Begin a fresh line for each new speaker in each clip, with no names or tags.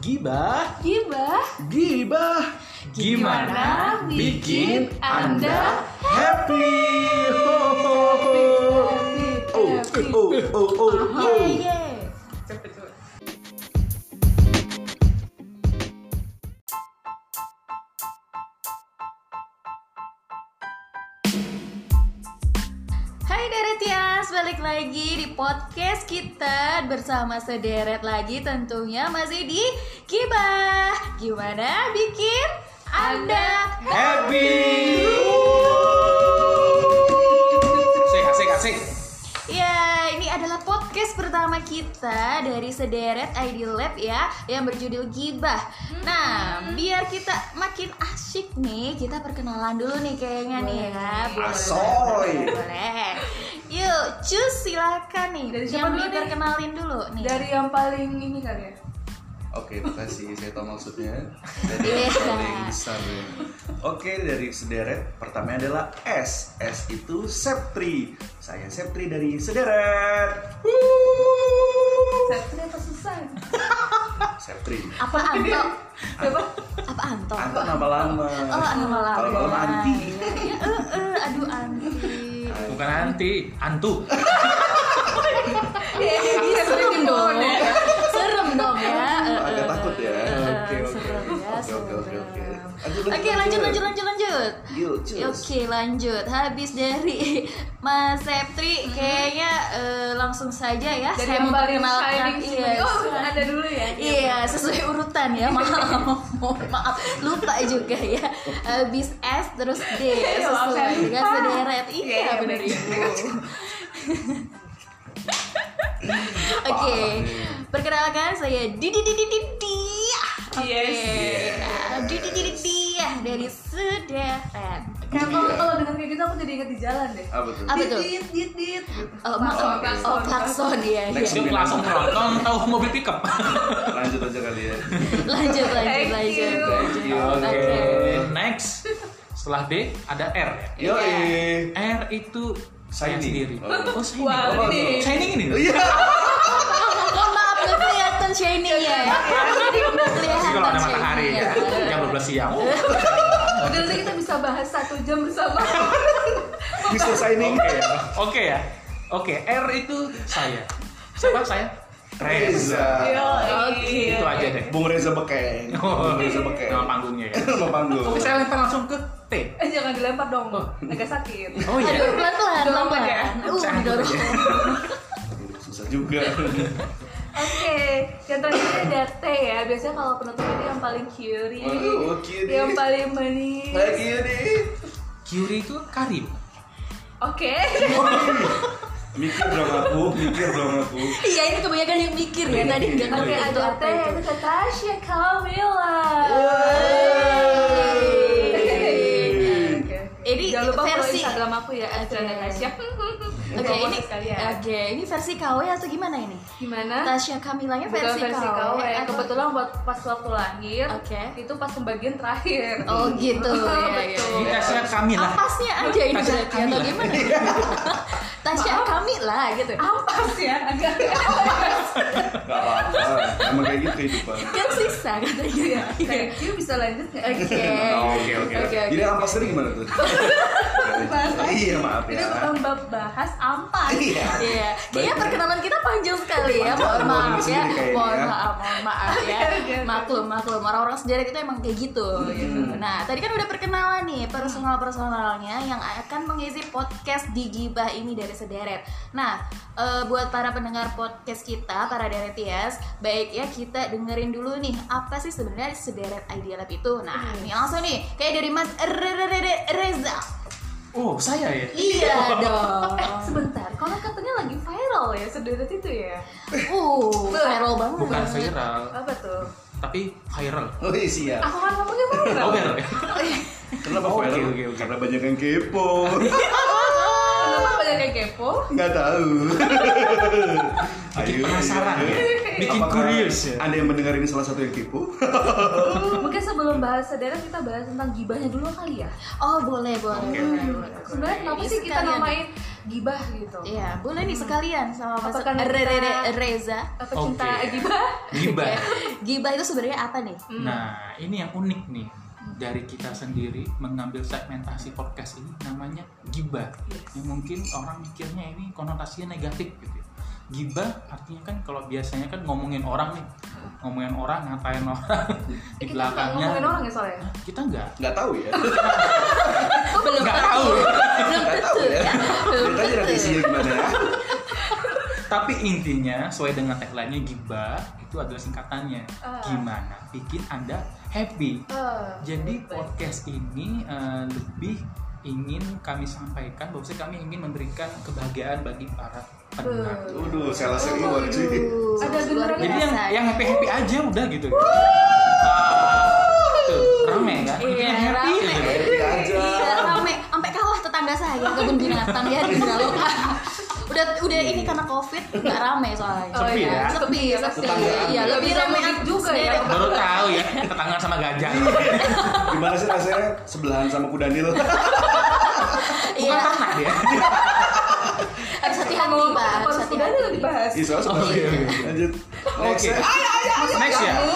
Gibah,
Gibah
gibah.
Gimana bikin Anda
happy? Ho, ho, ho. Oh, oh, oh, oh, oh.
Cepet cepet Hai Deretias, balik lagi di podcast kita bersama sederet lagi tentunya masih di Gibah Gimana bikin Anda
Happy. Asik, asik, asik.
Ya, ini adalah podcast pertama kita dari sederet ID Lab ya Yang berjudul Gibah Nah, biar kita makin asyik nih Kita perkenalan dulu nih kayaknya nih ya Boleh,
Asoy.
boleh, Boleh Yuk, cus silakan nih
Dari siapa
Yang
dulu nih?
diperkenalin dulu nih
dari yang paling ini kali ya
Oke, makasih. Saya tahu maksudnya. Dari
Iya.
paling besar ya. Oke, dari sederet pertama adalah S. S itu Septri. Saya Septri dari sederet. Wuuu.
Septri apa susah ya.
Septri.
Apa Anto?
apa
Apa Anto?
Anto nama lama.
Oh, nama lama
Kalau nama Anti.
Iya, iya. Eh, eh, Aduh, Anti
Bukan anti, antu.
ya ya bisa
serem dong ya. serem dong ya
Iya, Agak
Eh,
takut ya.
eh, eh,
Oke, oke.
serem ya,
Oke, oke, oke,
serem.
oke. Lanjut, lanjut,
Oke lanjut
lanjut.
lanjut lanjut lanjut
Yuk, cus.
Oke lanjut habis dari Mas
Mm-hmm.
Septri kayaknya eh, langsung saja ya
dari
saya
yang paling
memperkenalkan
shining
iya
sebagai- oh ada dulu ya
Iya, sesuai urutan ya. Maaf, maaf, lupa juga ya. Habis S terus D
Maaf, saya
sesuai dengan
lupa.
sederet. Iya,
Iya, iya,
benar
benar.
ibu. Oke,
iya.
perkenalkan saya Didi Didi Didi. Oke,
Yes.
nah, Didi Didi Didi dari sederet.
kayak kalau kalau dengan kayak gitu aku jadi inget di jalan deh
Apa tuh?
Apa tuh?
dit dit dit gitu.
Oh, mak-
Sama
oh, oh, klakson ya.
Next
ya.
Itu langsung nonton tahu mobil pickup.
Lanjut aja kali ya.
Lanjut, lanjut,
Thank
lanjut.
you.
Thank you.
Oke.
Next, setelah D ada R.
Iya.
Yo,
R itu saya
Shining.
sendiri.
Oh.
Oh,
Wah,
shining.
ini.
Oh, shining ini. loh.
Iya.
Oh maaf gak kelihatan shiny ya Jadi nggak
Tapi
kelihatan
kalau ada
shiny-nya.
matahari
Iya.
ya, jam 12 siang. Oh,
udah nanti kita bisa bahas satu jam bersama
Bisa signing.
Oke, oke ya. Oke, R itu saya. Siapa saya?
Reza.
Oke.
Itu aja deh.
Iya. Bung Reza Bekeng. Bung Reza Bekeng.
Oh, iya. Nama panggungnya ya.
Oh. Nama panggung.
Oke, saya lempar langsung ke T.
eh jangan dilempar dong
Oh.
agak sakit
Oh iya.
Aduh pelan-pelan
Dorong
pelan-pelan.
ya.
Uh
Jangan
dorong
gitu
Susah juga.
oke yang terakhir ada T ya biasanya kalau penonton itu yang paling
Waduh,
curious
cutie.
yang paling manis
Lagi ya, nih.
Kyuri itu Karim.
oke
Mikir dong aku, mikir dong aku.
Iya ini kebanyakan yang mikir ya Tadi nggak
Oke,
ngerti itu
ada
apa
teh,
itu
ada Tasya Kamila.
Yeay.
Oke, oke.
Ini
Jangan lupa follow
versi-
Instagram aku ya,
Oke.
@tasya.
Oke ini
sekalian.
Oke ini versi KW atau gimana ini?
Gimana?
Tasya Kamilanya
Bukan
versi, Eh,
versi KW, Eh,
atau-
kebetulan buat pas waktu lahir
Oke.
itu pas pembagian terakhir.
Oh gitu ya, ya,
Betul.
Ini
ya.
tesnya kami lah.
Ampasnya aja ini
Nah. Tasya
berarti atau
Kamila.
gimana? Tasya Kamila gitu
Ampas ya, agak
Gak apa-apa. Emang kayak gitu kehidupan.
Kan siksa katanya
Thank you bisa lanjut nggak?
Iya. Oke
Iya.
Oke, oke.
Oke, oke.
Jadi ampas tadi gimana tuh? Iya maaf
Itu
ya.
bukan bab bahas ampas.
Iya.
Iya, kayaknya
Baik.
perkenalan kita panjang sekali ya.
Panjang,
Mohon maaf
mohon
ya,
sendiri kayaknya iya,
mohon
ya.
maaf, mohon maaf ya.
Oke, oke, oke.
Maklum, maklum. Orang-orang sejarah itu emang kayak gitu.
Hmm.
gitu. Nah, tadi kan udah perkenalan nih personal-personalnya yang akan mengisi podcast di Gibah ini dari sederet. Nah, eh, buat para pendengar podcast kita, para deretias, baik ya kita dengerin dulu nih apa sih sebenarnya sederet Idea Lab itu. Nah,
Hmm.
ini langsung nih kayak dari Mas Reza.
Oh, saya ya.
Iya dong.
Eh, sebentar, kalau katanya lagi viral ya, sederet itu ya?
Uh, viral banget.
Bukan viral,
Apa tuh?
tapi viral.
Oh iya siap.
Aku kan ngomongnya viral.
Oh, viral.
Kenapa
Oke,
viral?
oke, oke.
Karena banyak yang kepo.
Kenapa ada yang kepo?
Nggak tahu. Ayo,
penasaran
ayo.
ya? Bikin
Apakah
curious ya?
Ada yang mendengar ini salah satu yang kepo?
Mungkin sebelum bahas sederet kita bahas tentang gibahnya dulu kali ya.
Oh boleh boleh. boleh, boleh.
Sebenarnya kenapa
Ini
sih kita
Iya, sekalian.
namain gibah gitu?
Iya boleh nih sekalian sama Mas
Apakah kita-
Re- Re- Re- Reza.
Apa
Oke.
cinta gibah?
Gibah.
Gibah itu sebenarnya apa nih?
Hmm.
Nah, ini yang unik nih dari kita sendiri mengambil segmentasi podcast ini namanya gibah. Yang mungkin orang mikirnya ini konotasinya negatif gitu. ya. Gibah artinya kan kalau biasanya kan ngomongin orang nih, ngomongin orang, ngatain orang di
Eh, kita nggak
belakangnya.
ngomongin orang ya soalnya.
Kita enggak.
Nggak tahu ya.
belum
Nggak
tentu.
tahu.
belum
Nggak tahu
tentu
ya.
ya. Belum
Lihat aja nanti
tentu.
isinya gimana ya.
Tapi intinya sesuai dengan tagline-nya gibah itu adalah singkatannya.
Ah.
Gimana bikin Anda happy?
Eh,
Jadi
baik.
oh, podcast ini eh, lebih ingin kami sampaikan bahwa kami ingin memberikan kebahagiaan bagi para pendengar.
Waduh, salah senior sih.
Ada
Luar
Jadi yang
biasa.
yang happy happy aja udah gitu. Ah, tuh rame kan? Itu
Iya,
yang happy gitu.
rame.
aja.
Happy aja.
Iya, rame. Sampai kalah tetangga saya kebun binatang ya di Gralo. udah udah ini karena covid nggak rame soalnya
Oh, iya.
Iya.
Sepi
sepi
ya?
sepi
Tetanggaan
iya
ya.
lebih
Bisa
rame
mudik juga ya.
sendiri.
Baru tahu ya ketangan sama gajah.
Gimana sih rasanya sebelahan sama kuda Nil?
Bukan
iya
ternak ya.
harus hati-hati
Ngomongin
pak
apa
harus
harus
hati-hati
lebih dibahas.
Iya, soalnya
Oh, iya,
sebelahan.
iya.
Lanjut. Next
Oke.
ya.
Next ya.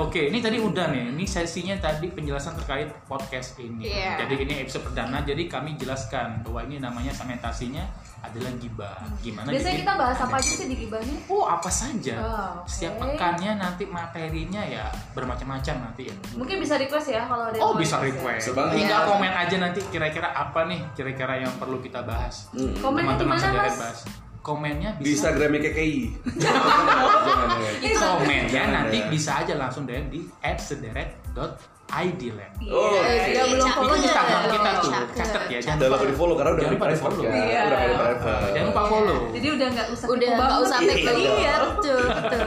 Oke, ini tadi udah nih. Ini sesinya tadi penjelasan terkait podcast ini.
Iya.
Jadi ini episode perdana. Jadi kami jelaskan bahwa ini namanya segmentasinya adalah gibah. Gimana?
Biasanya
bikin
kita bahas apa
Anda
aja sih di gibahnya?
Oh apa saja.
Oh, oke.
Setiap pekannya nanti materinya ya bermacam-macam nanti ya.
Mungkin bisa request ya kalau ada yang
Oh
mau
bisa
request ya.
request.
Sebanyak.
Tinggal komen aja nanti kira-kira apa nih kira-kira yang perlu kita bahas.
Hmm.
Komen di
Teman-teman
mana
saudara
mas?
bahas. Komennya
Di
bisa.
Instagramnya KKI.
Komennya
Jangan
nanti
ya.
bisa aja langsung DM di @sederet.idland.
Oh,
Iya,
Yang belum ya.
cakep.
Itu
follow
Instagram kita tuh,
Cakep.
catet ya. Jangan
Udah lupa di follow karena udah
Jangan lupa
di
di-follow.
kan?
Iya.
Udah di private.
Jangan lupa follow.
Jadi udah nggak usah
udah
kepo
nggak
banget.
usah
Iya.
tag iya betul betul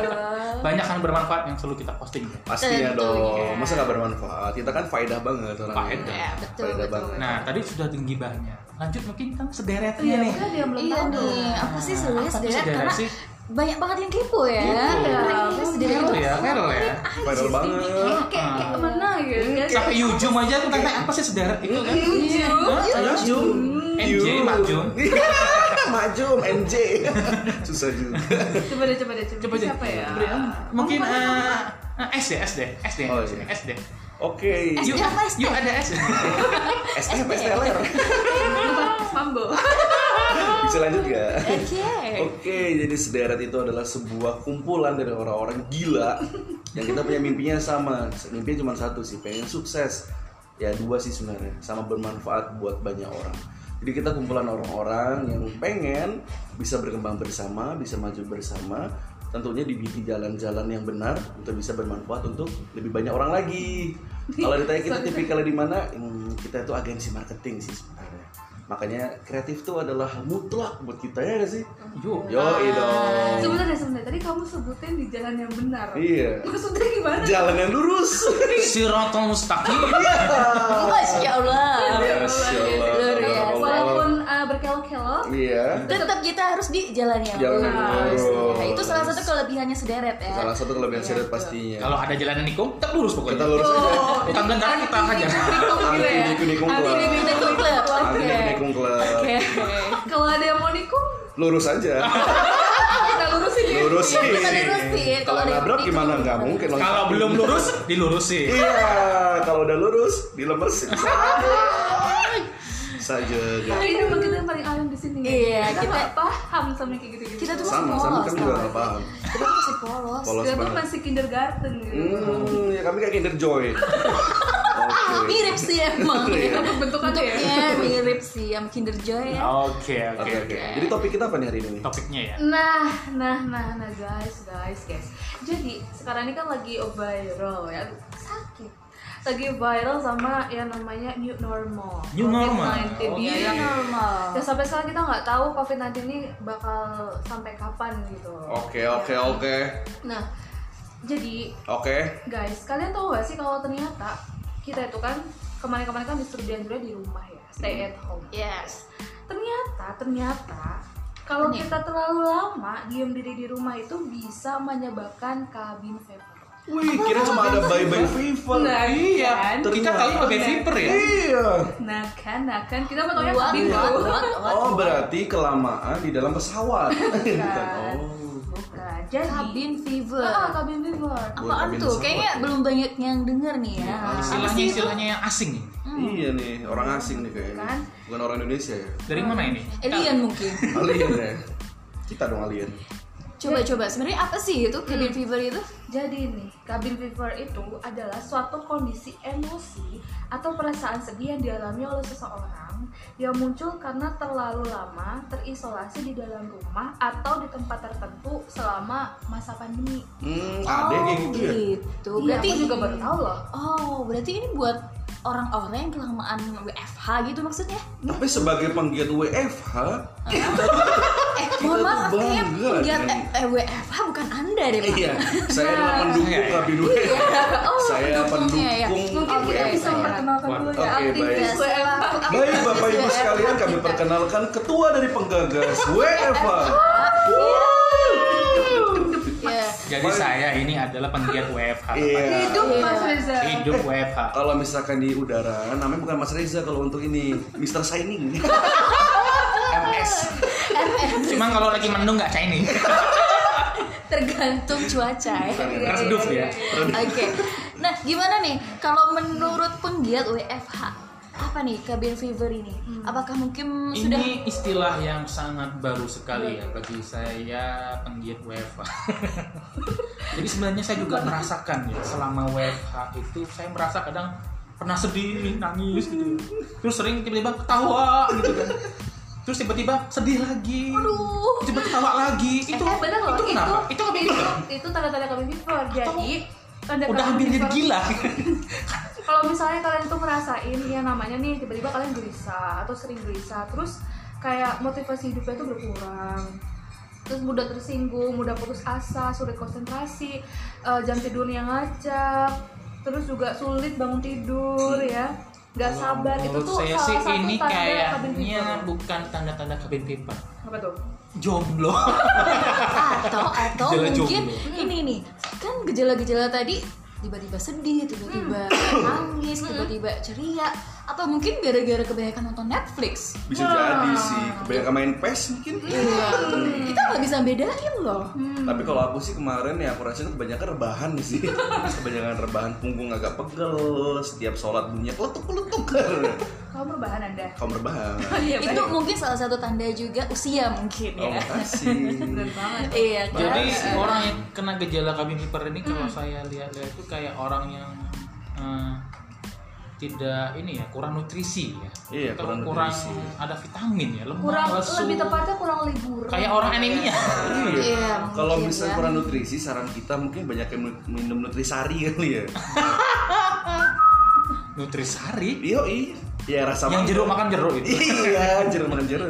Banyak hal bermanfaat yang selalu kita posting ya.
Pastinya
Tentunya.
dong, masa gak bermanfaat? Kita kan faedah banget orang
Faedah.
Iya, betul,
Faedah
betul.
banget.
Nah, tadi sudah tinggi banyak. Lanjut mungkin kan
Iya,
sederetnya nih.
mungkin ada yang belum
Iya
tahu dong.
nih, apa sih
Nah,
sebenarnya
apa tuh
sederet?
sederet
Karena
sih?
banyak banget yang kepo ya.
Iya,
Iya, sederet
Viral
itu
ya, viral
"Ah,
ya.
Viral banget.
Kayak
Ah.
kayak kemana gitu? kan?
Sampai Yujum aja tuh tanya apa sih sederet itu kan?
Yujum?
Hah?
gitu.
Yujum. MJ Majum.
Majum, MJ. Susah juga.
Coba deh, coba deh, coba,
Coba
deh.
deh.
Siapa ya? kan
Coba deh, ah. Mungkin eh, ah, S deh, S deh, S deh,
Oh, iya.
S deh.
Oke.
Yuk,
apa S
yuk ada S.
STF, STLR.
Lupa, Mambo.
Bisa lanjut gak?
Oke.
Oke, jadi sederet itu adalah sebuah kumpulan dari orang-orang gila yang kita punya mimpinya sama. Mimpinya cuma satu sih, pengen sukses. Ya dua sih sebenarnya, sama bermanfaat buat banyak orang. Jadi kita kumpulan orang-orang yang pengen bisa berkembang bersama, bisa maju bersama, tentunya dibikin jalan-jalan yang benar untuk bisa bermanfaat untuk lebih banyak orang lagi. Kalau ditanya kita tipikalnya di mana, hmm, kita itu agensi marketing sih sebenarnya. Makanya kreatif itu adalah mutlak buat kita ya nggak sih?
Yuk.
Yo eh, dong.
Sebentar deh, sebentar. Tadi kamu sebutin di jalan yang benar.
Iya.
Maksudnya gimana?
Jalan yang lurus.
Sirotol mustaqim.
Iya.
Oh,
Masya
ya
Allah.
Masya Allah.
Luar biasa.
Walaupun eh, berkelok-kelok,
Iya.
Tetap kita harus di jalan yang
Jalan yang
lurus.
lurus.
Ya, itu salah satu kelebihannya sederet ya.
Salah satu kelebihan seret pastinya.
Kalau ada jalanan nikung, tetap lurus
Kita
pokoknya.
lurus aja.
Bukan kendaraan kita hajar.
Iya. gitu
Anti
Iya.
ya.
nikung-nikung
Anti
club.
Nikung Club.
Anti
Oke.
nikung club.
Oke.
kalau ada yang mau nikung,
Lurus aja.
kita lurusin ya.
Lurusin.
Kita lurusin. Kalau
Kalau
ada
nabrak
yang
gimana?
nikung.
Nggak mungkin. loh.
Kalau belum lurus, dilurusin.
Iya. Kalau udah lurus, dilemesin. Saja.
Tapi ini memang kita yang paling alim di sini. ya.
Iya,
kita,
kita-
nggak paham sama kayak gitu-gitu.
Kita tuh masih
Sama,
polos.
sama kami juga nggak paham.
Kita tuh masih polos.
Polos
kita tuh
banget.
masih kindergarten gitu.
Hmm, ya kami kayak Kinder Joy. Oke.
Mirip sih emang.
Iya.
Apa bentukannya ya?
Bentuknya mirip sih sama Kinder Joy ya.
Oh.
Oke, oke,
Oke, oke.
oke.
Jadi topik kita apa nih hari ini?
Topiknya ya.
Nah, nah, nah, nah guys, guys, guys. Jadi sekarang ini kan lagi viral ya, Aduh, sakit. Lagi viral sama yang namanya new normal.
New normal, Oh,
COVID-19
oke.
ya,
Iya
yang-
normal.
ya, sampai sekarang kita nggak tahu COVID-19 ini bakal sampai kapan gitu.
Oke, oke, oke.
Nah, jadi
Oke.
guys, kalian tahu gak sih kalau ternyata kita itu kan kemarin-kemarin kan disuruh dianjurnya di rumah ya, stay at home.
Yes.
ternyata ternyata kalau
Nih.
kita terlalu lama diem diri di rumah itu bisa menyebabkan cabin fever.
Wih, kira cuma ada bye-bye fever.
Nah,
Iya,
kan?
kita
Ternyata.
kali pakai viper ya.
Iya.
Nah kan, nah kan kita mau
Buat,
tanya
buat,
cabin fever.
buat, buat.
Oh, berarti kelamaan di dalam pesawat. Bukan. Oh.
Bukan. Jadi
Cabin fever.
Ah, cabin fever.
Buat
Apaan
cabin
tuh?
fever.
Kayaknya belum banyak yang denger nih ya. Apa
Istilahnya
sih itu?
istilahnya yang asing. nih.
Iya nih, orang asing nih kayaknya.
Kan?
Bukan orang Indonesia ya.
Dari mana ini?
Alien mungkin.
Alien ya. Kita dong alien.
Coba-coba. Sebenarnya apa sih itu cabin
Hmm.
fever itu?
Jadi nih, cabin fever itu adalah suatu kondisi emosi atau perasaan sedih yang dialami oleh seseorang yang muncul karena terlalu lama terisolasi di dalam rumah atau di tempat tertentu selama masa pandemi.
Hmm, ada yang kayak gitu ya.
gitu.
Iya,
Berarti
aku juga baru tahu loh.
Oh, berarti ini buat orang-orang yang kelamaan WFH gitu maksudnya?
Tapi sebagai penggiat WFH,
Eh, mohon
tuh
maaf, kayaknya
bangga
penggiat
dengan-
eh, eh, WFH bukan anda deh, Pak.
iya, saya adalah pendukung kabin WFH. Saya
pendukungnya ya.
pendukung
Mungkin kita bisa
WFH.
memperkenalkan
Waduh.
dulu
Oke,
ya aktivis
baik.
WFH.
Baik Bapak Ibu sekalian kami perkenalkan ketua dari penggagas WFH.
Iya.
Jadi saya ini adalah penggiat WFH. Pak.
Iya.
Hidup Mas Reza.
Hidup WFH.
Kalau misalkan di udara namanya bukan Mas Reza kalau untuk ini Mr. Shining.
Iya,
Kan? MS.
Cuma kalau lagi mendung nggak cair nih.
Tergantung cuaca ya.
iya.
Redup ya.
Oke. Nah, gimana nih kalau menurut penggiat WFH? Apa nih cabin fever ini? Apakah mungkin sudah
Ini istilah yang sangat baru sekali ya bagi saya penggiat WFH. Jadi sebenarnya saya juga merasakan ya selama WFH itu saya merasa kadang pernah sedih, nangis gitu. Terus sering tiba-tiba ketawa gitu kan. Terus tiba-tiba sedih lagi.
Aduh.
Tiba-tiba ketawa lagi. Itu
Eh, benar loh.
itu kenapa? Itu
itu
kabin fever.
itu tanda-tanda cabin fever. Jadi tanda
Udah
cabin
hampir jadi
fever-
gila.
kalau misalnya kalian tuh ngerasain ya namanya nih tiba-tiba kalian gelisah atau sering gelisah terus kayak motivasi hidupnya tuh berkurang terus mudah tersinggung, mudah putus asa, sulit konsentrasi, eh, jam tidurnya ngacak, terus juga sulit bangun tidur ya, nggak sabar itu
Menurut
tuh
saya
salah
sih
satu
ini iya,
tanda cabin
kayaknya
fever.
bukan tanda-tanda cabin fever.
Apa tuh?
Jomblo.
atau atau
Gejala
mungkin
jomblo.
ini nih kan gejala-gejala tadi tiba-tiba sedih tiba-tiba nangis tiba-tiba ceria atau mungkin gara-gara kebanyakan nonton Netflix
Bisa jadi sih, kebanyakan main PES mungkin.
Iya. kita nggak bisa bedain loh
Tapi kalau aku sih kemarin ya aku rasanya kebanyakan rebahan sih. kebanyakan rebahan punggung agak pegel, setiap sholat bunyinya keletuk-keletuk.
Kamu berbahan anda?
Kamu rebahan.
Iya
itu mungkin salah satu tanda juga usia mungkin ya
Oh, makasih.
bener banget.
iya kan
Jadi
eh,
orang yang kena gejala kabin fever ini kalau saya lihat-lihat itu kayak orang yang eh, tidak ini ya kurang nutrisi ya.
Iya,
Atau
kurang nutrisi.
ada vitamin ya, lemah,
Kurang
lesu.
lebih tepatnya kurang liburan.
kayak orang anemia.
Iya,
Kalau
mungkin
misalnya
ya.
kurang nutrisi, saran kita mungkin banyak yang minum nutrisari kali ya.
Nutrisari
Yoi, ya rasa
yang
mangga.
jeruk makan jeruk itu.
iya, jeruk makan jeruk.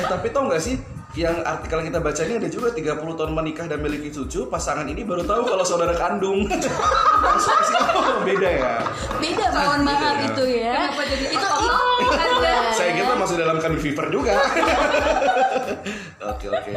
eh tapi tau nggak sih, yang artikel yang kita baca ini ada juga 30 tahun menikah dan memiliki cucu, pasangan ini baru tahu kalau saudara kandung. Masuk ke situ. beda ya.
beda mohon maaf
Iya.
itu ya
Kenapa jadi
itu
oh,
Iya.
Saya gitu. kira masuk dalam kami fever juga. oke oke.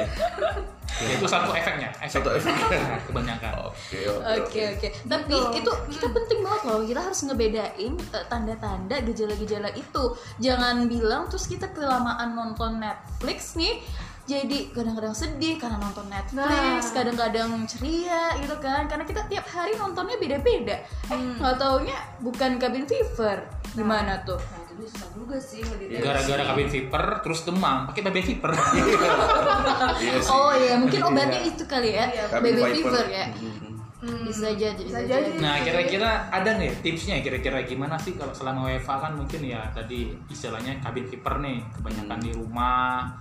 Ya, itu satu efeknya, efek.
Iya. Satu Oh, efeknya.
Nah, kebanyakan.
Oke
Oke oke, tapi itu kita
Hmm.
penting banget loh. Kita harus ngebedain eh, tanda-tanda gejala-gejala itu. Jangan bilang terus kita kelamaan nonton Netflix nih. Jadi kadang-kadang sedih karena nonton Netflix,
Nah.
kadang-kadang ceria gitu kan. Karena kita tiap hari nontonnya beda-beda. Eh nggak taunya bukan cabin fever. Gimana tuh?
Hmm. Nah, itu dia susah juga sih ngeliatnya.
Iya.
Gara-gara kabin fever terus demam, pakai baby fever.
Iya sih.
Oh iya, mungkin obatnya itu kali ya,
Iya,
Kami
baby
Viper.
fever ya.
Mhm.
Hmm.
Bisa jadi,
Bisa
bisa,
jadi.
jadi.
Nah, kira-kira ada nggak ya tipsnya? Kira-kira gimana sih kalau selama WFA kan mungkin ya tadi istilahnya kabin kiper nih, kebanyakan di rumah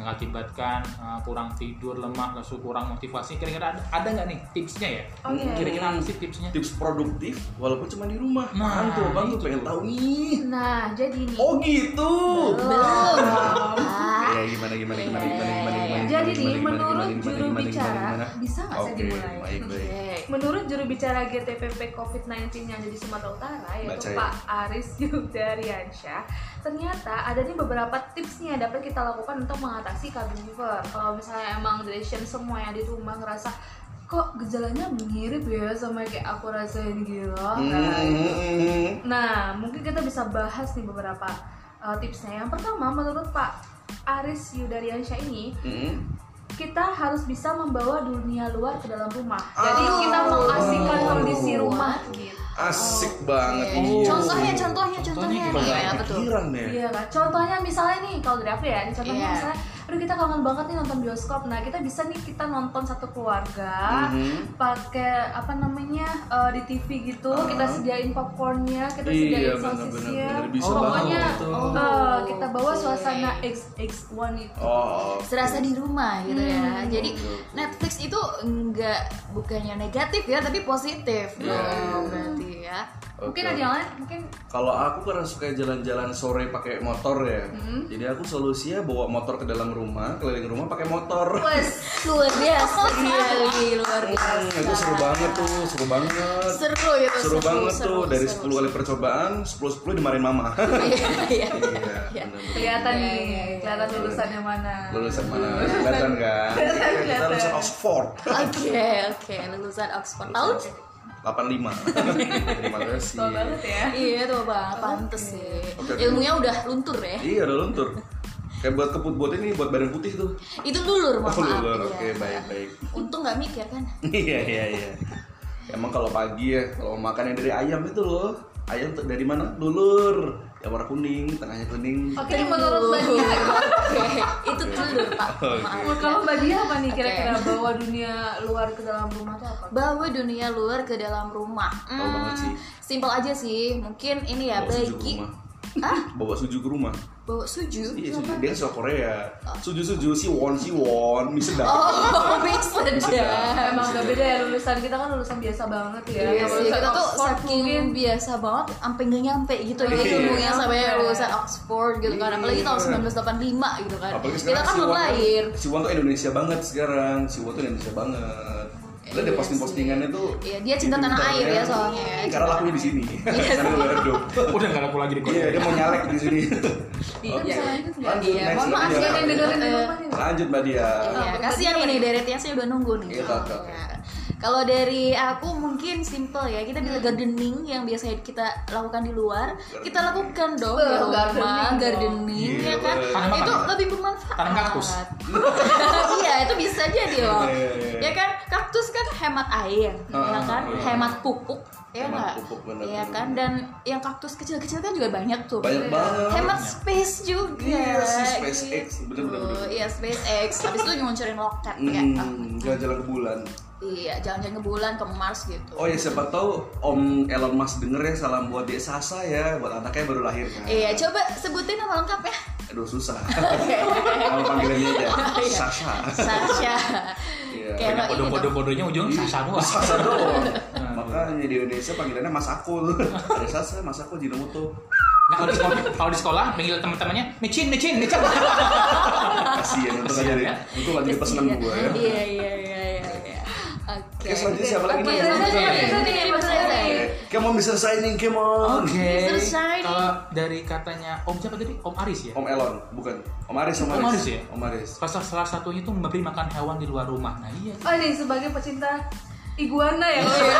mengakibatkan uh, kurang tidur, lemah, lesu, kurang motivasi. Kira-kira ada ada nggak nih tipsnya ya?
Oke.
Kira-kira apa sih tipsnya?
Tips produktif walaupun cuma di rumah.
Nah,
Nah, tuh bang, tuh
itu.
pengen tahu nih.
Nah, jadi nih.
Oh gitu.
Belum.
Iya,
Iya,
Ya gimana gimana gimana gimana gimana. gimana,
Jadi
gimana,
Jadi
gimana,
menurut
gimana, gimana,
juru
gimana,
bicara
gimana?
bisa nggak saya
Oke,
dimulai? Iya.
baik, baik.
Menurut juru bicara GTPP COVID-19 yang ada di Sumatera Utara yaitu
Baca ya.
Pak Aris Yudhariansyah, ternyata ada nih beberapa tipsnya yang dapat kita lakukan untuk mengatasi cabin fever. Kalau misalnya emang Dresden semua yang di rumah ngerasa kok gejalanya mirip ya sama yang kayak aku rasain
Mm,
gila. Nah, gitu.
Hmm.
Nah, mungkin kita bisa bahas nih beberapa uh, tipsnya. Yang pertama, menurut Pak Aris Yudariansyah ini,
Hmm.
kita harus bisa membawa dunia luar ke dalam rumah. Jadi kita mengasingkan kondisi rumah gitu.
Asik banget
Oke.
ini.
Oh, iya. Contohnya, contohnya,
Contohnya
contohnya,
juga
nih,
nggak
ya, betul.
Pirang deh.
Iya kan? Contohnya misalnya nih kalau dari aku ya, ini contohnya
Iya.
misalnya, aduh kita kangen banget nih nonton bioskop. Nah kita bisa nih kita nonton satu keluarga
Mhm.
pakai apa namanya eh, di TV gitu.
Ah.
Kita sediain popcornnya, kita
Iya,
sediain
benar-benar,
sosisnya.
benar. Bisa
banget
Pokoknya
itu.
eh, kita bawa
Oke.
suasana XX1 itu.
Oh.
serasa di rumah gitu ya. Jadi
Oke, oke.
Netflix itu enggak bukannya negatif ya, tapi positif.
Iya, iya,
dong
iya.
berarti ya.
Mungkin
Oke,
ada yang lain, mungkin
Kalau aku karena suka jalan-jalan sore pakai motor ya,
Mm-hmm.
jadi aku solusinya bawa motor ke dalam rumah, keliling rumah pakai motor.
Wes,
Luar biasa Iya, sekali, luar biasa.
Hmm, itu seru banget tuh, seru banget.
Seru itu.
Seru banget tuh dari
seru.
10 kali percobaan, 10-10 dimarahin mama.
Iya, iya.
Iya, bener-bener.
kelihatan
Iya,
nih,
iya, iya.
kelihatan lulusannya mana.
Lulusan mana? Kelihatan kan? Kita lulusan Oxford.
Oke, oke, lulusan Oxford tahun.
Lulusan 85. Terima kasih.
Tua banget ya.
Iya tuh bang, pantes sih.
Oke, oke.
Ilmunya udah luntur ya.
Iya, udah luntur. Kayak buat keput buat ini buat badan putih tuh.
Itu dulur, mohon maaf.
Oh, luntur.
Iya.
Oke, baik-baik.
Untung nggak mik ya kan?
Iya iya iya. Emang kalau pagi ya kalau mau makan yang dari ayam itu loh. Ayam tuh dari mana? Dulur. Yang warna kuning, tengahnya kuning.
Oke, menurut Mbak Dia,
Oke, itu dulur pak. Maaf.
menurut kamu Mbak Dia apa nih
Oke.
kira-kira bawa dunia luar ke dalam rumah tuh apa?
bawa dunia luar ke dalam rumah.
Tahu banget sih.
Simple aja sih, mungkin ini ya
Bawa suju ke
bagi
rumah. Bawa suju ke rumah.
bawa suju.
Iya suju. Dia kan suka Korea. Suju suju si won si won mie sedap.
Oh, mix
Iya,
sedap.
Emang gak beda ya lulusan kita kan lulusan biasa banget
Iya
ya. Kalau
sih,
lulusan
kita tuh
Oxford
saking biasa banget, sampai nggak nyampe gitu ya
Iya.
ilmunya sampai
Iya.
lulusan Oxford gitu kan, apalagi tahun 1985 gitu kan.
Apalagi
Kita
sekarang
kan
si
belum
won
lahir.
si won tuh Indonesia banget sekarang. Si won tuh Indonesia banget. Lalu dia
Iya
posting postingannya tuh. Gitu,
Iya, dia cinta tanah air
Twitter-nya.
ya soalnya Iya. ya.
Iya, Karena lakunya di sini. Karena luar hidup.
udah nggak laku lagi di
Iya
Korea
dia mau nyalek di sini.
Iya, bisa lanjut nggak?
Lanjut,
Iya,
next,
mohon maaf
Mbak
ya,
Dia.
Yang dengerin di
Eh,
rumah nih.
Lanjut mbak dia.
Iya,
Oh,
kasihan
tadi
ini
apa
dari saya udah nunggu nih.
Iya, oke, oke.
Ya. Kalau dari aku mungkin simple ya. Kita
Hmm.
bisa gardening yang biasanya kita lakukan di luar, kita lakukan dong di
Eh,
rumah,
gardening dong.
gardening
Gila,
ya kan.
Tanam apa
itu
nih?
lebih bermanfaat.
Tanam kaktus.
iya, itu bisa jadi loh.
Iya, iya, iya.
Ya kan, kaktus kan hemat air, ya
Ah,
kan?
iya.
Hemat pupuk, ya
Hemat
nggak?
pupuk, benar,
Iya
benar,
kan?
benar.
Dan yang kaktus kecil-kecil kan juga banyak tuh.
Banyak banget.
Hemat space juga.
Iya sih, SpaceX. Bener, bener,
Gitu.
bener.
Iya SpaceX. Habis itu nyuncurin loket ya.
Hmm, jalan-jalan ke bulan.
Iya, jalan-jalan ke bulan ke Mars gitu.
Oh ya siapa tahu Om Elon Musk denger ya salam buat Dek Sasa ya buat anaknya baru lahir kan.
Iya, coba sebutin nama ya. lengkapnya.
Aduh susah. Kalau panggilannya aja
Iya.
Sasa.
Sasha.
Iya.
Kayak lo
kode
ini
kode
dong.
kodenya ujung sasa doang
Sasa doang. Nah, Makanya di Indonesia panggilannya Mas Akul. Ada Sasa, Mas Akul Jinomoto.
nah kalau di sekolah kalau di sekolah panggil teman-temannya mecin mecin mecin
Kasihan itu kan jadi
ya.
itu lagi di pesanan
Iya,
gua ya.
Iya, iya, iya, iya, iya. Oke.
Oke, selanjutnya siapa lagi ya?
Oke,
nih?
selanjutnya. ya,
Oke.
Selanjutnya, Mas
Oke,
Reza.
Come on bisa signing, come on.
oke
Mr. Shiny.
kalau dari katanya om siapa tadi om Aris ya
Om Elon, bukan. Om Aris, Om Aris.
Om Aris ya?
Om Aris.
salah salah satunya itu memberi makan hewan di luar rumah nah iya
Oh ini sebagai pecinta iguana ya.
Iya.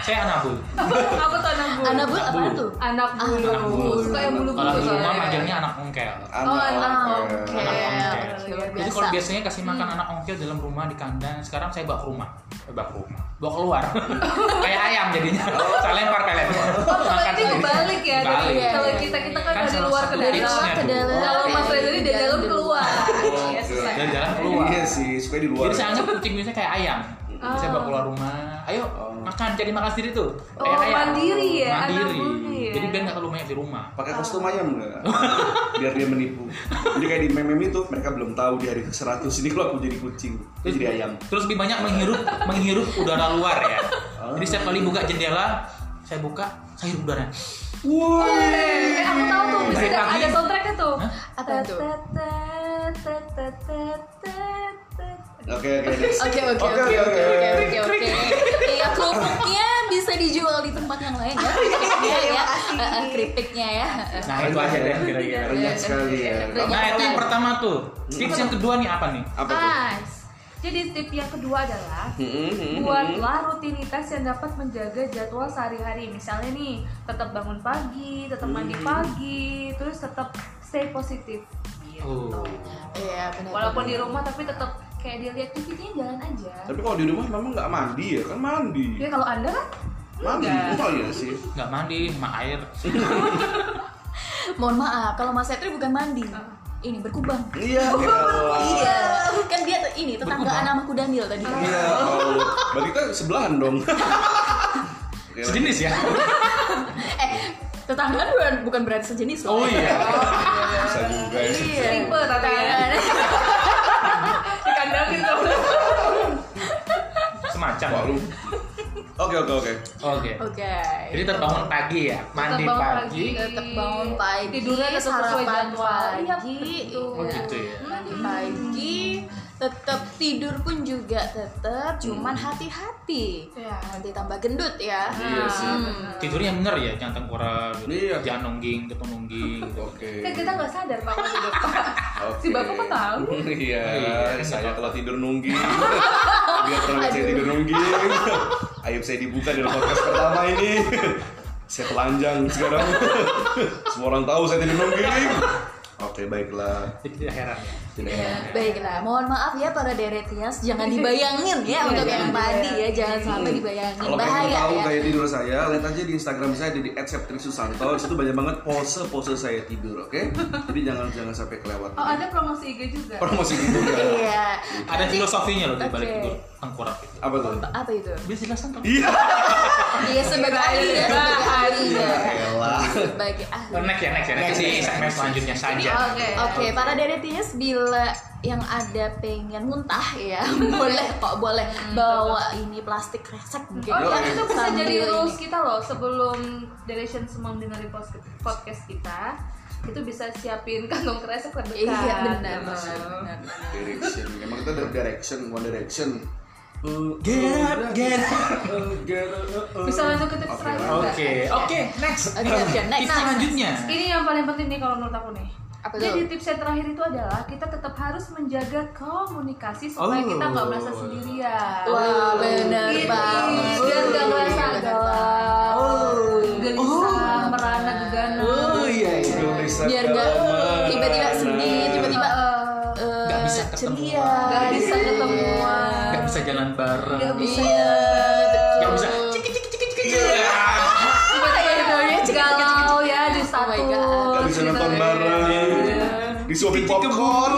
saya anabul
Apa tuh anak bulu?
Anak bulu Ah, apa
Bulu.
tuh?
anak bulu.
Anak bulu.
Suka yang bulu-bulu
kalau di rumah
soalnya. Iya,
manggilnya anak ongkel
Anak Om.
anak
Oke,
Anak ongkel.
iya,
oke, luar
Jadi kalau
biasa.
biasanya kasih makan
Hmm.
anak ongkel dalam rumah di kandang, sekarang saya bawa ke rumah. Eh, bawa ke rumah. Bawa keluar. Kayak ayam jadinya. saya lempar pelet.
Oh, kalau
Makan
ini
sendiri.
kebalik ya. Dari
Kebalik.
kalau kita kita kan
Kan
dari
salah
luar ke
satu
dalam.
tipsnya
ke dalam.
dulu.
Kalau Mas Reza ini dari dalam keluar.
Oh,
Iya,
oke.
susah.
Dari dalam keluar.
Iya sih, suka di luar.
Jadi saya anggap kucing biasanya kayak ayam. Jadi saya bawa keluar rumah. Ayo
Oh.
makan, jadi makan sendiri tuh.
Oh,
Kayak ayam.
mandiri ya, anak
Mandiri.
bulu ya.
Jadi biar nggak keluar banyak di rumah.
Pakai kostum ayam nggak? Biar dia menipu. Jadi kayak di meme itu mereka belum tahu di hari ke-100 ini kalau aku jadi kucing, aku jadi ayam.
Terus lebih banyak menghirup menghirup udara luar ya. Jadi setiap kali buka jendela, saya buka, saya hirup Nah, udara.
Eh, aku tahu tuh, bisa
Balik
ada,
lagi.
ada soundtracknya tuh.
Hah?
Apa tuh?
Tetetet,
Oke oke next.
Oke oke
Oke,
oke oke
oke,
oke
oke.
oke oke. Iya kerupuknya bisa dijual di tempat yang lain ya. Keripiknya ya, Eh, eh, keripiknya ya.
Nah itu aja deh kira-kira.
Renyah sekali ya.
Renyah.
Nah itu yang pertama tuh. Tips yang kedua nih apa Mm-hmm, nih?
Apa tuh?
Nice. Jadi tip yang kedua adalah
Hmm, hmm, hmm.
buatlah rutinitas yang dapat menjaga jadwal sehari-hari. Misalnya nih, tetap bangun pagi, tetap mandi
Mm-hmm.
pagi, terus tetap stay positif. Gitu.
Oh.
Iya benar.
Walaupun di rumah tapi tetap kayak daily activity-nya jalan aja.
Tapi kalau di rumah memang nggak mandi ya kan mandi.
Ya kalau Anda kan
Mandi.
enggak.
Oh iya sih.
Nggak mandi, mak air.
Mohon maaf kalau Mas Setri bukan mandi. Ini berkubang.
Iya. ya Allah.
Iya. Kan dia tuh ini tetanggaan sama Kudanil tadi.
Iya. Allah. Berarti kita sebelahan dong. Oke, oke.
Sejenis ya?
Eh, tetanggaan bukan bukan berarti sejenis loh. Iya.
Oh iya.
Bisa juga ya.
Ribet, tapi ya. dikandangin tuh.
Wah,
Semacam.
lu. Oke oke oke.
Oke.
Oke.
Jadi terbangun pagi ya, mandi
bangun
pagi.
Tetap bangun pagi,
Tidurnya tetap sesuai
sarapan
jadwal. Iya,
pagi,
betul.
Oh gitu ya.
mandi pagi tetap tidur pun juga tetap cuman hati-hati
Hmm. Iya.
nanti tambah gendut ya
Iya
Ah.
sih.
Tidurnya bener ya, jangan tengkorak, gitu.
Iya.
jangan nongging, depan nongging. Gitu.
Oke.
Kan kita nggak sadar bangun tidur.
Oke.
Si bapak kok tahu?
Iya,
Iya,
saya kalau tidur nungging. Dia pernah lihat saya tidur nungging. Ayub saya dibuka dalam podcast pertama ini. Saya telanjang sekarang. Semua orang tahu saya tidur nungging. Oke, baiklah.
Jadi tidak heran ya.
Iya,
Tidak
Ya,
heran.
baiklah mohon maaf ya para deretias jangan dibayangin ya untuk
Iya,
yang
iya.
tadi ya jangan sampai dibayangin
Kalau
gitu
pengen
bahaya
tahu
ya
gaya tidur saya, lihat aja di Instagram saya ada di @septrisusanto. Di situ banyak banget pose-pose saya tidur, oke? Jadi jangan jangan sampai kelewat.
Oh, ada promosi IG juga.
Promosi tidur ya.
iya
Ada
Nanti-
filosofinya loh di balik
Oke.
tidur tengkorak itu.
Apa tuh?
apa itu
Bisa jelasan tuh.
Iya.
iya sebagai ahli ya sebagai ahli ya
Elah.
sebagai ahli
Next ya, next ya. Next ini segmen selanjutnya saja.
Oke.
Oke, para deretinis bila yang ada pengen muntah ya, boleh kok, boleh bawa ini plastik kresek mungkin.
Hmm, Oh,
ya.
tapi itu bisa
Sambil
jadi
ini.
rules kita loh sebelum Delation semua mendengar podcast podcast kita itu bisa siapin kantong kresek
Iya,
terdekat.
benar, benar,
Gitu.
benar.
direction emang kita dari direction one direction
Get up, Oh, get oh, up.
Bisa lanjut ke tips
Oke.
terakhir nggak?
Oke, oke, next.
Oke, oke, next,
Tips
next,
selanjutnya.
Ini yang paling penting nih kalau menurut aku nih.
Apa tuh?
Jadi tips yang terakhir itu adalah kita tetap harus menjaga komunikasi supaya
Oh.
kita nggak merasa sendirian.
Wah, benar
Gitu.
banget.
Biar nggak merasa galau, gelisah,
Oh.
merana, gegana.
Oh iya, iya.
Biar nggak tiba-tiba sedih, tiba-tiba eh,
Nggak bisa ketemuan.
ceria,
Nggak bisa ketemuan.
Nggak bisa jalan bareng.
Nggak bisa.
Iya, betul.
Nggak bisa. Cik, cik, cik, cik, cik.
tiba-tiba videonya galau ya di
Oh my
status
God.
nggak bisa
kan.
nonton
gitu.
bareng
Iya.
disuapin popcorn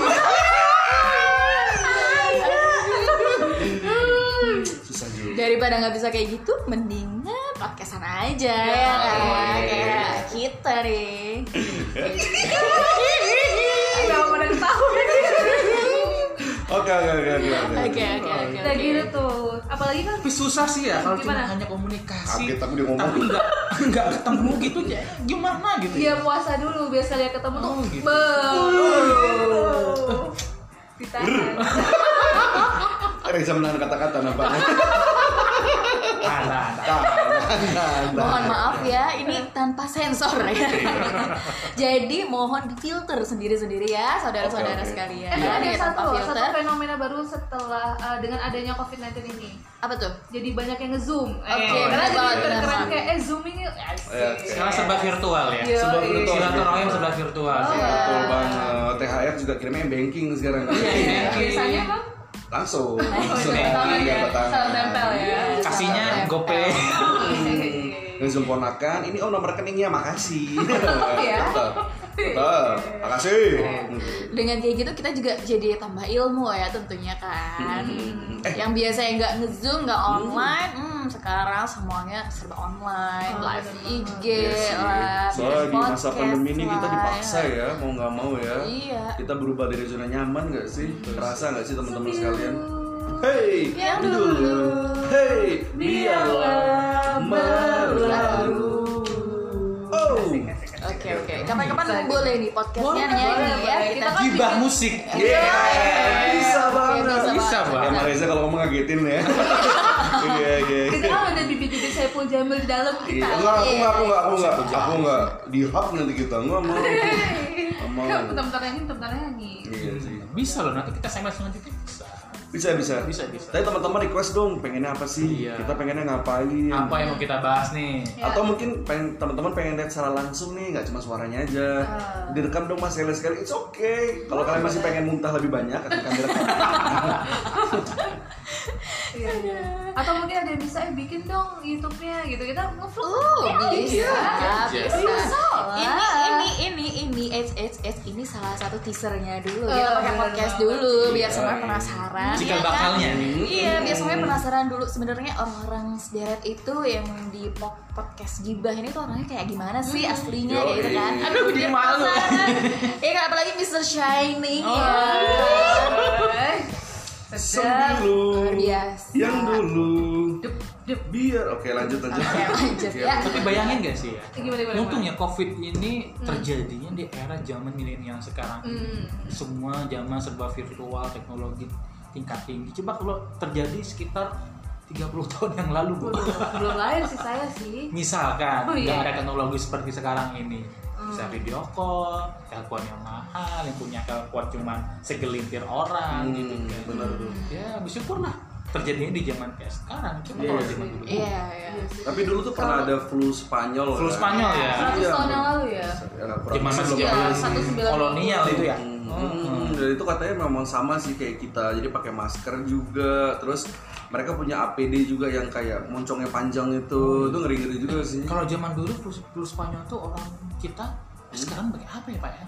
susah juga
Daripada nggak bisa kayak gitu, mendingan podcastan aja ya kan? Kayak kita nih.
Nggak mau ada yang tahu
oke oke oke oke
Oke,
oke.
oke, oke.
Nah
oke.
gitu tuh Apalagi kan
Tapi susah sih ya kalau cuma
Gimana?
hanya komunikasi.
Kaget aku dia ngomong.
Tapi nggak nggak ketemu gitu ya. Gimana gitu?
dia puasa dulu biar sekali ketemu tuh
Oh, gitu.
be
Oh.
ditahan
Reza menahan kata-kata nampaknya
Parah.
Mohon maaf ya, ini tanpa sensor ya. Jadi mohon filter sendiri-sendiri ya, saudara-saudara
Oke, Iya, oke.
sekalian.
Eh, ada
Ini
satu
Iya. tanpa
loh, satu
filter.
fenomena baru setelah eh, dengan adanya COVID-19 ini
Apa tuh?
jadi banyak yang nge-zoom eh,
Oke,
karena
betul,
jadi
betul.
terkeren kayak eh zoom ini asik.
Iya, oke.
Sekarang serba virtual ya.
Iya,
Serba
iya.
virtual. Silaturahim serba virtual.
betul banget THR juga kirimnya banking sekarang
Iya.
biasanya bang
Iya. langsung
oh,
langsung Iya,
itu
Iya,
tangan ya
angkat tangan. Iya.
salam tempel ya iya,
Kasihnya GoPay.
langsung ponakan ini oh nomor rekeningnya makasih
Iya.
ya?
tetap tetap makasih
Dengan kayak gitu kita juga jadi tambah ilmu ya tentunya kan.
Eh.
Yang biasanya nggak ngezoom, nggak online, hmm, sekarang semuanya serba online,
Oh,
live
bener
IG
Iya sih.
lah,
soalnya di masa
podcast
pandemi ini kita
lah.
dipaksa ya mau nggak mau ya
Iya.
kita berubah dari zona nyaman nggak sih terasa nggak sih teman-teman sekalian Hey,
Yang dulu.
Hey, biarlah
berlalu.
Oh,
Oke, oke
Iya.
oke. Kapan-kapan boleh nih podcastnya
Boleh,
nyanyi
boleh,
ya
boleh.
kita.
Kita kan
Gibah musik.
Iya,
Yeah, Iya. bisa banget.
Oke,
Bisa
Ya, Emang Reza kalau ngomong ngagetin ya. Iya, iya.
Kita kan ada bibit-bibit Saiful Jamil di dalam
Iya,
kita.
enggak, aku enggak, aku enggak, aku enggak, aku enggak di hub nanti kita enggak mau. Emang.
Kan bentar-bentar nyanyi, bentar-bentar nyanyi.
Iya sih.
Bisa loh nanti kita SMS selanjutnya bisa.
Bisa, bisa.
Bisa, bisa.
Tapi teman-teman request dong, pengennya apa sih?
Iya.
Kita pengennya ngapain?
Apa yang mau kita bahas nih?
Atau mungkin pengen, teman-teman pengen lihat secara langsung nih, nggak cuma suaranya aja.
Ah.
Direkam dong Mas Helen sekali. It's okay. Kalau kalian masih pengen muntah lebih banyak akan kami rekam.
Iya, iya. Atau mungkin ada yang bisa eh, bikin dong YouTube-nya gitu. Kita
Uh,
ngevlog.
bisa,
Iya.
bisa.
Salah.
Ini, ini, ini, ini, h h h ini salah satu teasernya dulu. Kita
Eh,
pakai
bener
podcast
banget.
dulu, biar semua penasaran. ya
Cikal
kan?
bakalnya nih.
Iya, biar semuanya penasaran dulu. Sebenarnya orang-orang sederet itu yang di po- podcast gibah ini tuh orangnya kayak gimana sih
Hmm.
aslinya
Yoi.
kayak gitu kan?
Aduh, gue jadi malu.
Iya, kan? apalagi Mr. Shining.
Oh.
ya.
Iya.
Sembilu.
Luar biasa.
Yang dulu.
Dup, dup.
Biar. Oke, lanjut lanjut.
Oke, lanjut ya.
Tapi bayangin gak sih ya?
Gimana, gimana,
Untung ya COVID ini terjadinya di era zaman milenial sekarang.
Hmm.
Semua zaman serba virtual, teknologi tingkat tinggi. Coba kalau terjadi sekitar 30 tahun yang lalu, Bu.
Belum, belum lahir sih saya sih.
Misalkan
Oh, iya. Hmm.
nggak ada teknologi seperti sekarang ini. Bisa video call, telepon yang mahal, yang punya telepon cuman segelintir
Hmm,
orang gitu kan.
benar tuh.
Ya, bersyukurlah terjadinya di zaman kayak sekarang. Coba
Iya.
kalau zaman dulu.
Iya, iya.
Tapi dulu tuh pernah ada flu Spanyol.
Flu
kan?
Spanyol ya.
100 tahun yang lalu ya.
Ya, kurang
Zaman
lebih
masih
sebelum
zaman
kalian.
satu sembilan
kolonial Iya, itu ya.
Hmm, dan itu katanya memang sama sih kayak kita. Jadi pakai masker juga, terus mereka punya APD juga yang kayak moncongnya panjang itu. Itu ngeri-ngeri juga sih.
Oh. Kalau zaman dulu flu, flu Spanyol tuh orang kita
Hmm.
sekarang pakai apa ya Pak ya?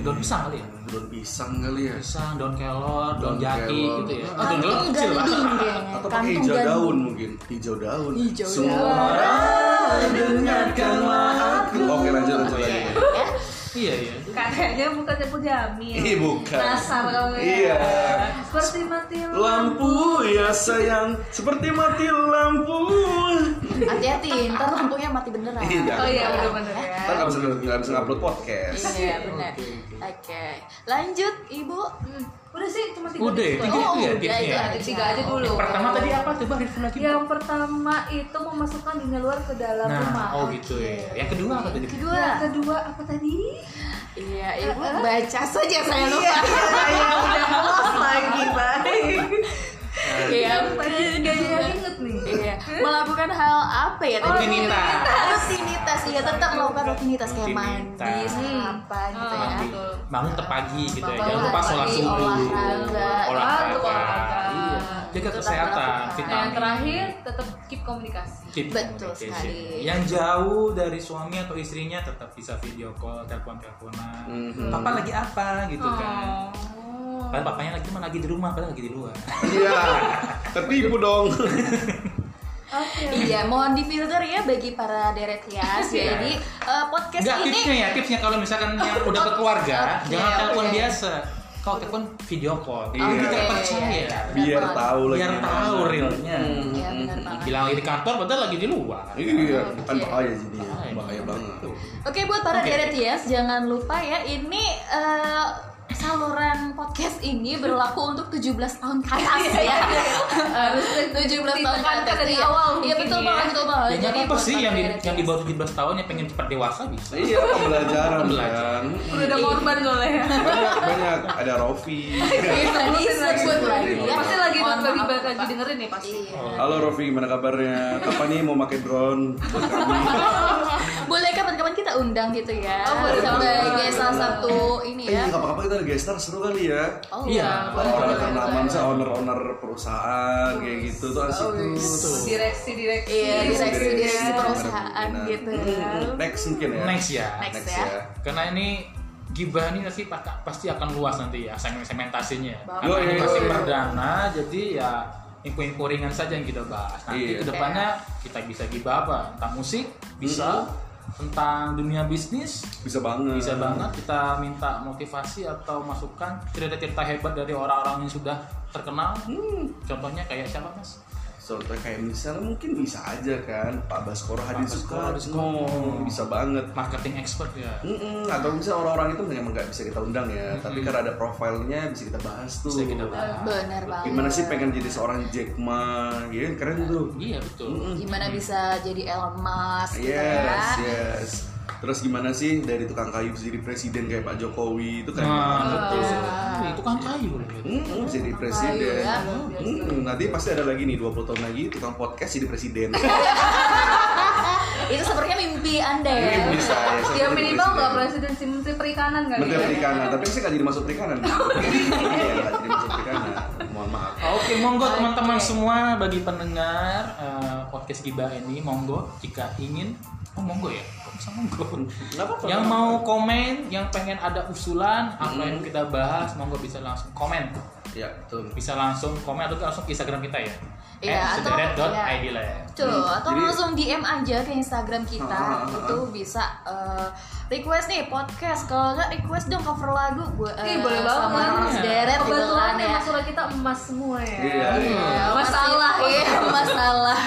Daun pisang kali ya?
Eh, Daun pisang kali ya.
Pisang, daun kelor, daun
Daun
jati
kelor.
gitu ya.
Ah,
Oh, daun kelor
Kantung
kecil Pak.
ganding kayaknya.
Atau pakai
Kantung
hijau daun
ganding.
mungkin. Hijau daun.
Hijau
Semua
daun.
orang dengarkanlah aku. Oke lanjut
Oh,
lanjut lagi.
Ya.
Iya iya.
Kayaknya bukan Saiful Jamil.
Ih bukan.
Kasar kamu ya.
Iya.
Seperti mati
Lampu ya sayang, seperti mati lampu.
Hati-hati, ntar lampunya mati beneran.
Iya, jangan.
Oh iya bener-bener ya.
Kita nggak bisa nggak bisa ngupload podcast.
Iya, benar.
Oke,
Oke, lanjut Ibu.
Hmm. Udah sih cuma tiga.
Udah ya,
tips
tiga
doang.
itu
udah,
ya tipsnya.
Oh, iya, itu
Ada tiga aja dulu. Iya,
Pertama tadi apa? Coba review lagi. Bu.
Yang pertama itu memasukkan dunia luar ke dalam rumah.
Nah, oh gitu ya. Yang kedua apa tadi?
Kedua.
Yang kedua apa tadi?
Iya, Ibu baca saja
Iya,
saya lupa.
Saya iya. udah lost lagi, baik.
Iya,
Gak jadi inget nih.
Iya, melakukan hal apa ya tadi?
Rutinitas.
Rutinitas, iya tetap melakukan rutinitas kayak mandi,
Rutinitas.
sarapan gitu ya.
Mandi.
Betul.
Bangun tetap pagi gitu ya.
Bangun
Jangan lupa
pagi,
sholat subuh.
olahraga.
Olahraga.
Bantu olahraga.
Iya. Jaga
Tetap
kesehatan,
melakukan.
Nah,
vitamin.
yang terakhir tetap keep komunikasi.
Keep
Betul
communication.
sekali.
Yang jauh dari suami atau istrinya tetap bisa video call, telepon teleponan.
Mhm.
Papa lagi apa gitu kan?
Oh.
Padahal papanya lagi cuma lagi di rumah, padahal lagi di luar.
Iya, tertipu dong.
Oke.
Iya, mohon difilter ya bagi para deret hias.
Iya.
Jadi eh, podcast
Enggak
ini
tipsnya ya, tipsnya kalau misalkan yang udah berkeluarga,
Oke,
jangan telepon
oke.
biasa. Kalau telepon video call,
Iya.
jadi terpercaya.
Biar tahu lagi.
Biar tahu
gimana.
realnya.
Hmm.
Iya, benar banget.
Bilang lagi di kantor, padahal lagi di luar.
Iya, kan bahaya jadi
Bahaya.
bahaya banget.
Oke buat para
Oke.
deret yes, jangan lupa ya ini eh, saluran podcast ini berlaku untuk 17 tahun ke atas ya.
Iya, Harus
17 tahun ke
ditekankan
atas
dari
ya.
awal
Iya
mungkin
betul
ya.
banget, betul banget.
Ya nggak apa-apa
buat
sih
para
yang di,
deret
yang di
yes.
bawah 17 tahun yang pengen cepat dewasa bisa.
Iya, pembelajaran.
Pembelajaran.
kan.
Udah ada korban soalnya.
Banyak banyak ada Rofi.
Iya, Tadi sebut lagi ya.
Pasti lagi
Mohon
nonton
maaf,
balik lagi
Pak.
dengerin nih pasti.
Iya.
Halo Rofi, gimana kabarnya? Kapan nih mau pakai drone? buat kami?
Boleh kapan-kapan kita undang gitu ya.
Oh, boleh
Sebagai
banget. Iya.
salah satu ini
Eh,
ya.
apa-apa kita ada gestar seru kali ya.
Oh,
Iya.
Orang ternama, misalnya owner-owner perusahaan kayak gitu tuh asik
Oh, iya.
tuh.
Direksi-direksi.
Iya, direksi direksi
Direksi.
perusahaan gitu ya.
Hmm, Next mungkin ya.
Next ya.
Next.
Next
ya.
ya.
Karena ini gibah ini pasti pak- pasti akan luas nanti ya segmen- segmentasinya.
Bagus.
Karena ini
Yoi,
masih
yoi.
perdana, jadi ya info-info ringan saja yang kita bahas. Nanti
Iya.
kedepannya kita bisa gibah apa? Tentang musik, bisa. Tentang dunia bisnis,
Bisa banget.
bisa banget. Kita minta motivasi atau masukan cerita-cerita hebat dari orang-orang yang sudah terkenal. Contohnya kayak siapa mas?
Soalnya kayak misalnya mungkin bisa aja kan Pak Baskoro Hadi
Baskoro, Hadi
Sukatno
Sukatno.
bisa banget
marketing expert ya
Mm-mm, atau misalnya orang-orang itu memang nggak bisa kita undang ya tapi karena ada profilnya bisa kita bahas tuh
Bisa kita bahas.
Bener banget.
gimana sih pengen jadi seorang Jack Ma ya kan keren tuh
iya betul
Gimana bisa jadi Elon Musk gitu
yes
ya?
yes terus gimana sih dari tukang kayu bisa jadi presiden kayak Pak Jokowi itu keren banget tuh
Nah, itu kan kayu loh gitu.
Mm-mm, bisa jadi
Kayu
presiden
ya.
Mm-mm, nanti pasti ada lagi nih 20 tahun lagi tukang podcast jadi presiden
Itu sepertinya mimpi Anda ya.
Ini bisa ya, saya
ya
jadi
minimal nggak presiden sih menteri perikanan kali
Menteri
ya
Perikanan, tapi saya nggak jadi masuk perikanan. Iya, nggak jadi masuk perikanan. Mohon maaf.
Oke, monggo teman-teman semua bagi pendengar eh, podcast Gibah ini, monggo jika ingin, oh monggo ya, kok bisa monggo.
Nggak apa-apa.
Yang mau komen, yang pengen ada usulan apa
Hmm.
yang kita bahas, monggo bisa langsung komen,
Ya, betul.
bisa langsung komen atau langsung ke Instagram kita ya.
Iya, atau- iya.
sederet.id lah ya.
Tuh, atau
Jadi-
langsung DM aja ke Instagram kita
Ah, ah, ah,
itu bisa eh, request nih podcast kalau nggak request dong cover lagu gue
Ih, boleh banget.
sama orang sederet gitu
kebetulan
kan
ya
ya
masalah kita emas semua ya
Iya. iya.
Ya, masalah
iya.
ya masalah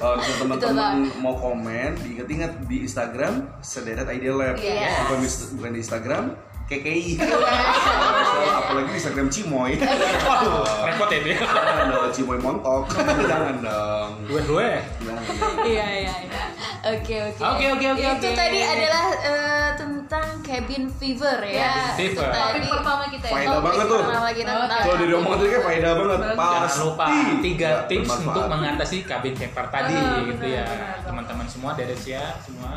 Kalau misalnya Eh, teman-teman
Betul
mau komen, diinget-inget di Instagram sederet Idea Lab.
Iya.
Bukan di, bukan di Instagram KKI. Salah, Apalagi di Instagram Cimoy.
Waduh, repot ya dia.
Jangan dong, Cimoy montok. Jangan dong.
Gue-gue.
Jangan.
iya iya iya. oke oke
Oke, oke, oke,
itu
oke.
tadi adalah eh, tentang cabin fever ya
Cabin
Itu
fever.
tadi.
topik pertama kita ya
Faedah banget tuh.
pertama kita tentang
Kalau dari omongan tadi kayak faedah banget.
Jangan
Pasti.
lupa tiga
nggak
tips
bermanfaat.
untuk mengatasi kabin camper tadi
Ah,
gitu
benar,
ya.
benar.
Teman-teman semua dari ya semua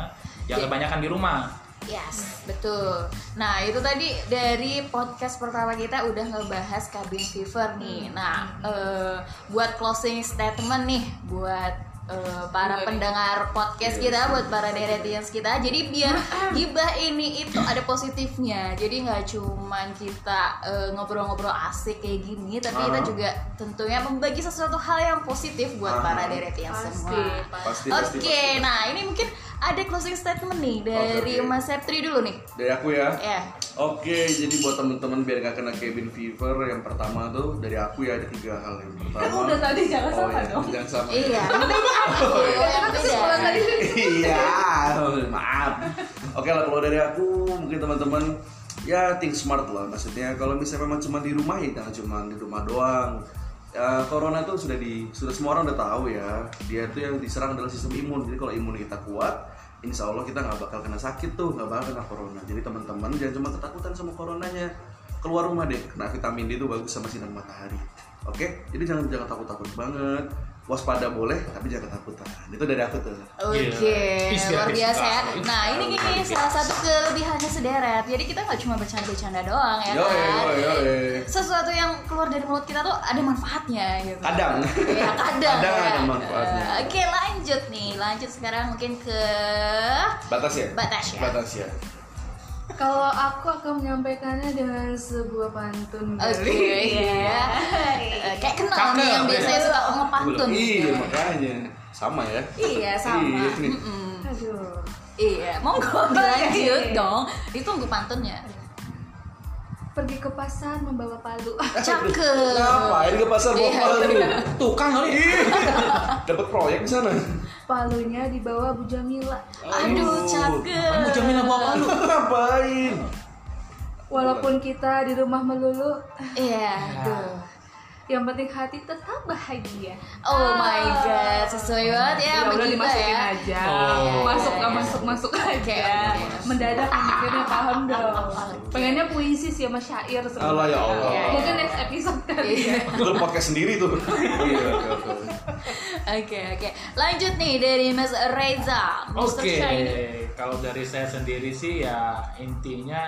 jangan kebanyakan di rumah.
Yes, betul. Nah, itu tadi dari podcast pertama kita udah ngebahas cabin fever nih.
Hmm.
Nah, eh, buat closing statement nih buat eh, para
Boleh.
pendengar
Iya,
podcast kita, buat para deretians kita. Jadi biar gibah ini itu ada positifnya. Jadi nggak cuman kita eh, ngobrol-ngobrol asik kayak gini, tapi kita
Ah.
juga tentunya membagi sesuatu hal yang positif buat
Ah.
para deretians
pasti
Iya, semua.
Pasti,
Oke,
pasti, pasti.
nah ini mungkin ada closing statement nih dari
oke.
Mas Septri dulu nih.
Dari aku ya.
Ya,
Oke, jadi buat teman-teman biar gak kena cabin fever, yang pertama tuh dari aku ya ada tiga hal yang pertama.
Kan udah tadi, jangan sama
iya,
dong.
Jangan sama.
iya.
Oh,
Beda aja, yang
kan
beda.
kesimpulan tadi
iya, maaf. Oke lah kalau dari aku mungkin teman-teman ya think smart lah maksudnya kalau misalnya memang cuma di rumah ya jangan cuma di rumah doang. Ya, corona tuh sudah di sudah semua orang udah tahu ya dia tuh yang diserang adalah sistem imun jadi kalau imun kita kuat insya Allah kita nggak bakal kena sakit tuh nggak bakal kena corona jadi teman-teman jangan cuma ketakutan sama coronanya keluar rumah deh kena vitamin D itu bagus sama sinar matahari oke jadi jangan jangan takut-takut banget waspada boleh tapi jangan ketakutan itu dari aku tuh
Oke,
Iya.
luar biasa ya.
Inspiratif.
Nah ini gini salah satu kelebihannya sederet. Jadi kita nggak cuma bercanda-bercanda doang ya
Yoi,
kan.
yoi, yoi.
Sesuatu yang keluar dari mulut kita tuh ada manfaatnya gitu.
Kadang.
Ya kadang.
Kadang
ya.
ada manfaatnya.
Eh, Oke lanjut nih, lanjut sekarang mungkin ke
batas ya
Batas ya.
batas ya
kalau aku akan menyampaikannya dengan sebuah pantun
Oke,
kali.
iya. Eh, kayak kenal nih
Kakak,
yang
ya.
biasanya suka ngepantun.
iya makanya sama ya
Iya, sama.
Iya, nih.
Mm-mm.
aduh
Iya, monggo dilanjut dong. Ditunggu pantunnya.
pergi ke pasar membawa palu
Cakep.
Eh, ngapain ke pasar bawa
Iya.
palu
Tukang kali.
Ih, dapat proyek di sana
palunya dibawa Bu Jamila
Aduh, cakep.
Kamu jamin aku apa lu?
ngapain
walaupun kita di rumah melulu
Iya, aduh.
yang penting hati tetap bahagia Ah.
Oh my god, sesuai banget ya
ya
sama
udah
kita
dimasukin
ya.
aja
Oh.
masuk
Iya,
nggak
iya.
masuk masuk aja
oke, masuk.
mendadak mikirnya paham dong pengennya puisi sih sama syair sebenarnya.
Allah, ya Allah.
Iya, iya.
mungkin next episode kali
Iya.
ya
Itu podcast sendiri tuh iya oke, oke.
Oke, oke. Lanjut nih dari Mas Reza. Iya. Mr.
Oke,
Shiny.
kalau dari saya sendiri sih ya intinya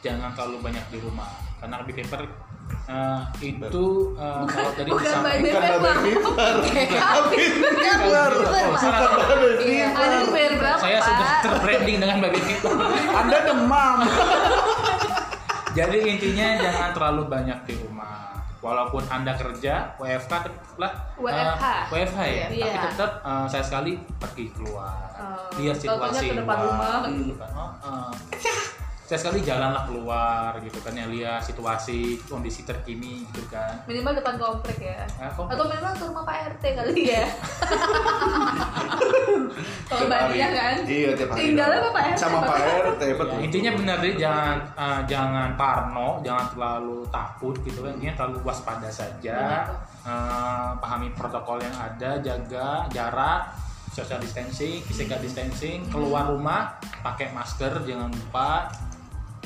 jangan terlalu banyak di rumah karena lebih paper eh, itu eh, kalau dari
bukan by the
Bukan
paper
babi fever Kabin fever
Oh, salah,
Bukan babi
Iya.
fever.
ada di bayar berapa
saya sudah terbranding dengan babi Piper.
Anda demam
Jadi intinya jangan terlalu banyak di rumah. Walaupun anda kerja WFH tetaplah eh,
WFH.
WFH ya, tapi
Iya.
tetap eh, saya sekali pergi keluar.
Oh,
Lihat
contohnya
situasi
ke depan
luar, Iya,
rumah.
gitu kan. Oh, eh. sekali jalanlah keluar gitu kan ya lihat situasi kondisi terkini gitu kan
minimal depan komplek ya
Nah, komplek.
atau minimal ke rumah Pak RT kali ya kalau
Tiap
Mbak
hari.
Dia kan
Iya, tiap hari.
tinggalnya
dong.
sama Pak RT
Sama Pak RT,
Ya,
betul.
intinya benar deh jangan eh, jangan parno jangan terlalu takut gitu kan intinya terlalu waspada saja Eh, pahami protokol yang ada jaga jarak social distancing physical distancing keluar rumah pakai masker jangan lupa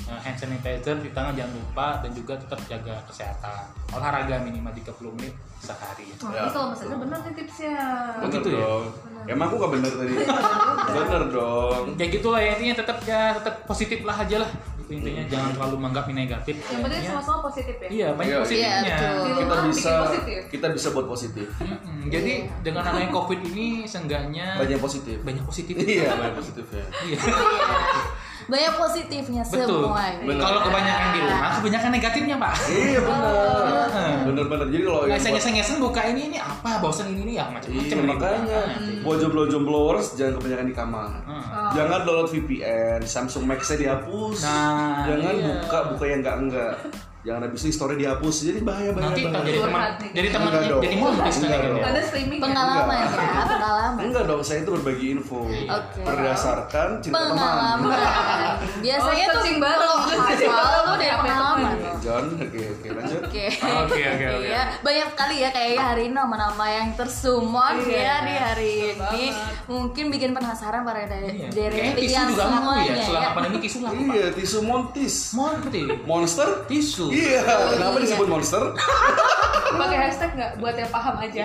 Eh, hand sanitizer di tangan jangan lupa dan juga tetap jaga kesehatan olahraga minimal 30 menit sehari
Wah,
Ya.
ini kalau maksudnya benar nih tipsnya
Oh,
Bener
gitu ya?
dong. Emang aku gak bener tadi? bener dong.
ya gitulah ya intinya tetap ya tetap positif lah aja lah Gitu, intinya jangan terlalu menganggap ini negatif
yang penting
Intinya-
sama-sama positif ya
Iya, banyak
Iya,
positifnya.
iya, betul.
Kita
Bikin
bisa
positif.
kita bisa buat positif.
Mm-mm. Jadi dengan adanya COVID ini seenggaknya
Banyak positif.
banyak positif.
Iya, banyak positifnya.
Iya.
Iya. banyak positifnya
Betul.
semua
Bener.
Kalau kebanyakan di rumah, kebanyakan negatifnya, Pak.
Iya, bener.
Heeh.
Bener-bener. Jadi kalau
Nggak
yang buat-
iseng-iseng buka ini ini apa, bosan ini ini ya macam-macam
Iya,
ini.
makanya. Buat jomblo-jombloers jangan kebanyakan di kamar.
Heeh.
Oh.
Jangan download VPN, Samsung Max-nya dihapus.
Nah,
jangan
iya.
buka-buka yang enggak-enggak. Jangan habis itu story dihapus. Jadi bahaya banget.
Nanti tak jadi teman,
Curhat nih.
jadi teman,
Enggak dong.
jadi modus
Enggak
nanti.
dong.
ada streaming ya?
pengalaman ya pengalaman
Enggak dong, saya itu berbagi info
Oke.
berdasarkan cerita teman.
pengalaman biasanya
Oh,
tuh
searching baru.
kalau
Searching
hafal
baru.
tuh dari
Apa itu?
pengalaman loh.
John, oke oke lanjut.
Oke.
Oke, oke, oke.
Iya, banyak sekali ya kayaknya hari ini nama-nama yang tersumon
Iya,
ya di hari
betul
ini.
banget.
Mungkin bikin penasaran para dari
Iya.
dari
Kayaknya tisu
yang
juga laku ya.
semuanya
Selama
ya.
pandemi tisu laku. Pak.
Iya, tisu Montis.
Monti.
Monster?
Tisu.
Iya, kenapa
iya.
disebut monster?
pakai hashtag nggak buat yang paham aja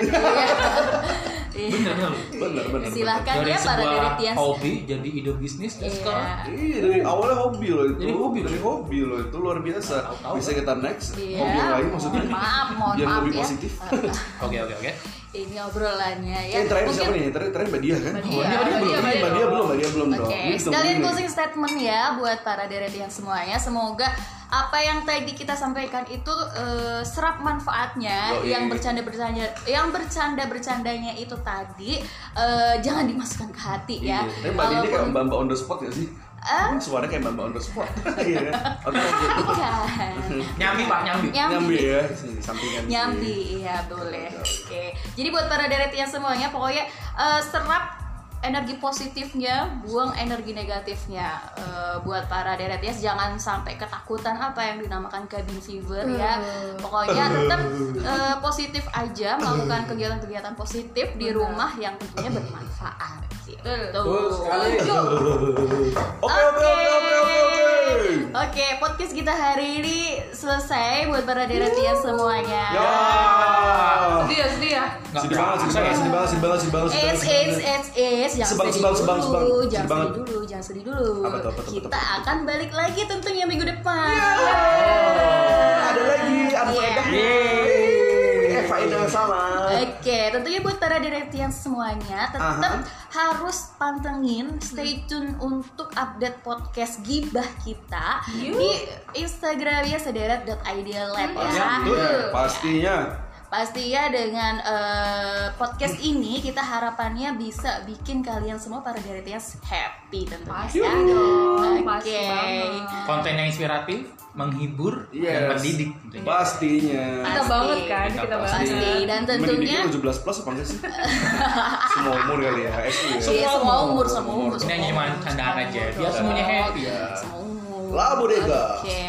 Iya.
Bener loh.
Bener, bener. bener.
Silahkan
Dari
ya para
sebuah
dari Tias.
hobi jadi ide bisnis dan
Iya.
sekarang
Iya, dari awalnya hobi loh itu.
Jadi hobi
dari
loh.
hobi loh itu luar biasa.
Tahu-tahu.
Bisa kita next
Iya.
hobi lain maksudnya.
Mohon Maaf, mohon
Biar
maaf
lebih
ya.
positif.
Oke, oke, oke.
Ini obrolannya ya.
Eh, terakhir siapa nih? Terakhir terakhir Mbak Dia kan?
Mbak
Dia.
Mbak Dia belum, Eh,
Mbak Dia
Mbak Dia
dong.
belum, Mbak Dia belum
Oke,
dong. Ini ditungguin
sekalian
nih.
closing statement ya buat para deret yang semuanya. Semoga apa yang tadi kita sampaikan itu eh, serap manfaatnya.
Yoi.
Yang bercanda bercanda, yang bercanda bercandanya itu tadi eh, jangan dimasukkan ke hati
Iya.
ya.
Tapi Mbak Dia ini kayak
Walaupun-
Mbak Mbak on the spot ya sih?
Ah?
Suaranya kayak Mbak Mbak on the spot. Iya kan? Oke, lanjut.
Bukan.
Nyambi, Pak, nyambi.
Nyambi
Nyambi.
ya, sini sampingan. sini.
Nyambi, iya boleh. Oke. Jadi buat para deret yang semuanya pokoknya eh, serap energi positifnya, buang energi negatifnya. Eh, buat para deret ya, jangan sampai ketakutan apa yang dinamakan cabin fever ya. Pokoknya tetap eh, positif aja, melakukan kegiatan-kegiatan positif di rumah yang tentunya bermanfaat. Gitu. Setuju.
Oke, oke, oke, oke, oke, oke.
Oke, podcast kita hari ini selesai buat para deret ya semuanya.
Ya.
sedih ya sedih ya
Nggak
Sedih banget, sedih
berasa
banget,
ya.
sedih banget, sedih banget, sedih banget, sedih banget,
Eits,
sedih
eits,
banget.
eits, eits, jangan
Sebang,
sedih
sebang,
dulu,
sebang, sebang. Sedih
jangan
banget.
sedih dulu, jangan sedih dulu.
Apa tuh, apa tuh, apa
Kita
tuh, apa tuh?
akan balik lagi tentunya minggu depan.
Ada lagi,
Iya.
ada faedah. Eh, faedah yang sama.
Oke, tentunya buat para direktian semuanya tetap harus pantengin, stay tune untuk update podcast gibah kita di Instagramnya sederet.idealab ya.
Pastinya, pastinya.
Pastinya dengan eh, podcast ini kita harapannya bisa bikin kalian semua para deretias happy tentunya. ya.
Pasti dong,
Oke.
pasti banget.
Konten yang inspiratif, menghibur,
Yes.
dan mendidik.
Pastinya.
kita
Pasti.
banget kan kita
Pasti
Pasti.
banget
dan
Mendidiknya
tentunya
17 plus apa enggak sih? Semua umur kali ya, SD ya.
Iya, semua umur, semua umur, Iya,
Ini
semua
hanya
umur,
cuma candaan
semua
aja,
umur.
biar semuanya happy.
Iya.
Semua umur.
La bodega.
Oke.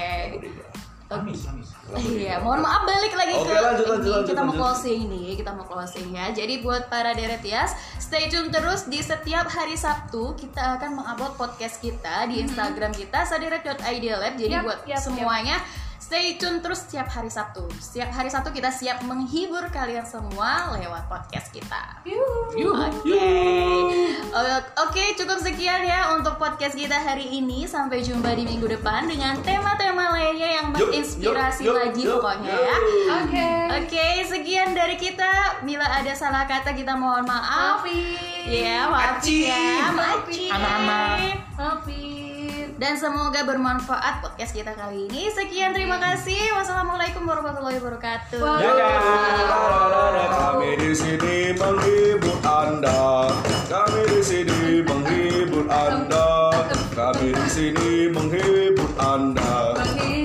Amin, amin.
Iya, mohon maaf balik lagi ke
gitu? Oke,
ini.
lanjut, lanjut, lanjut,
kita mau
lanjut.
closing nih, kita mau closing ya. Jadi buat para deretias, stay tune terus di setiap hari Sabtu kita akan mengupload podcast kita di Instagram kita saderet.idealab. Jadi
Mm-hmm. Yap,
buat
yap,
semuanya Stay tune terus setiap hari Sabtu. Setiap hari Sabtu kita siap menghibur kalian semua lewat podcast kita.
Yuh.
Oke. O- Oke, cukup sekian ya untuk podcast kita hari ini. Sampai jumpa di minggu depan dengan tema-tema lainnya yang
Yup,
menginspirasi
yup, yup,
lagi
yup,
pokoknya
yup.
ya.
oke
Oke, sekian dari kita. Bila ada salah kata kita mohon maaf.
Maafin
Ya, maafin ya, maafin.
Anak-anak.
maafin
Dan semoga bermanfaat podcast kita kali ini. Sekian, terima kasih. Wassalamualaikum warahmatullahi wabarakatuh.
Waalaikumsalam.
Dadah, Ya, kami di sini menghibur Anda. Kami di sini menghibur Anda. Kami di sini sini menghibur Anda.
Bagi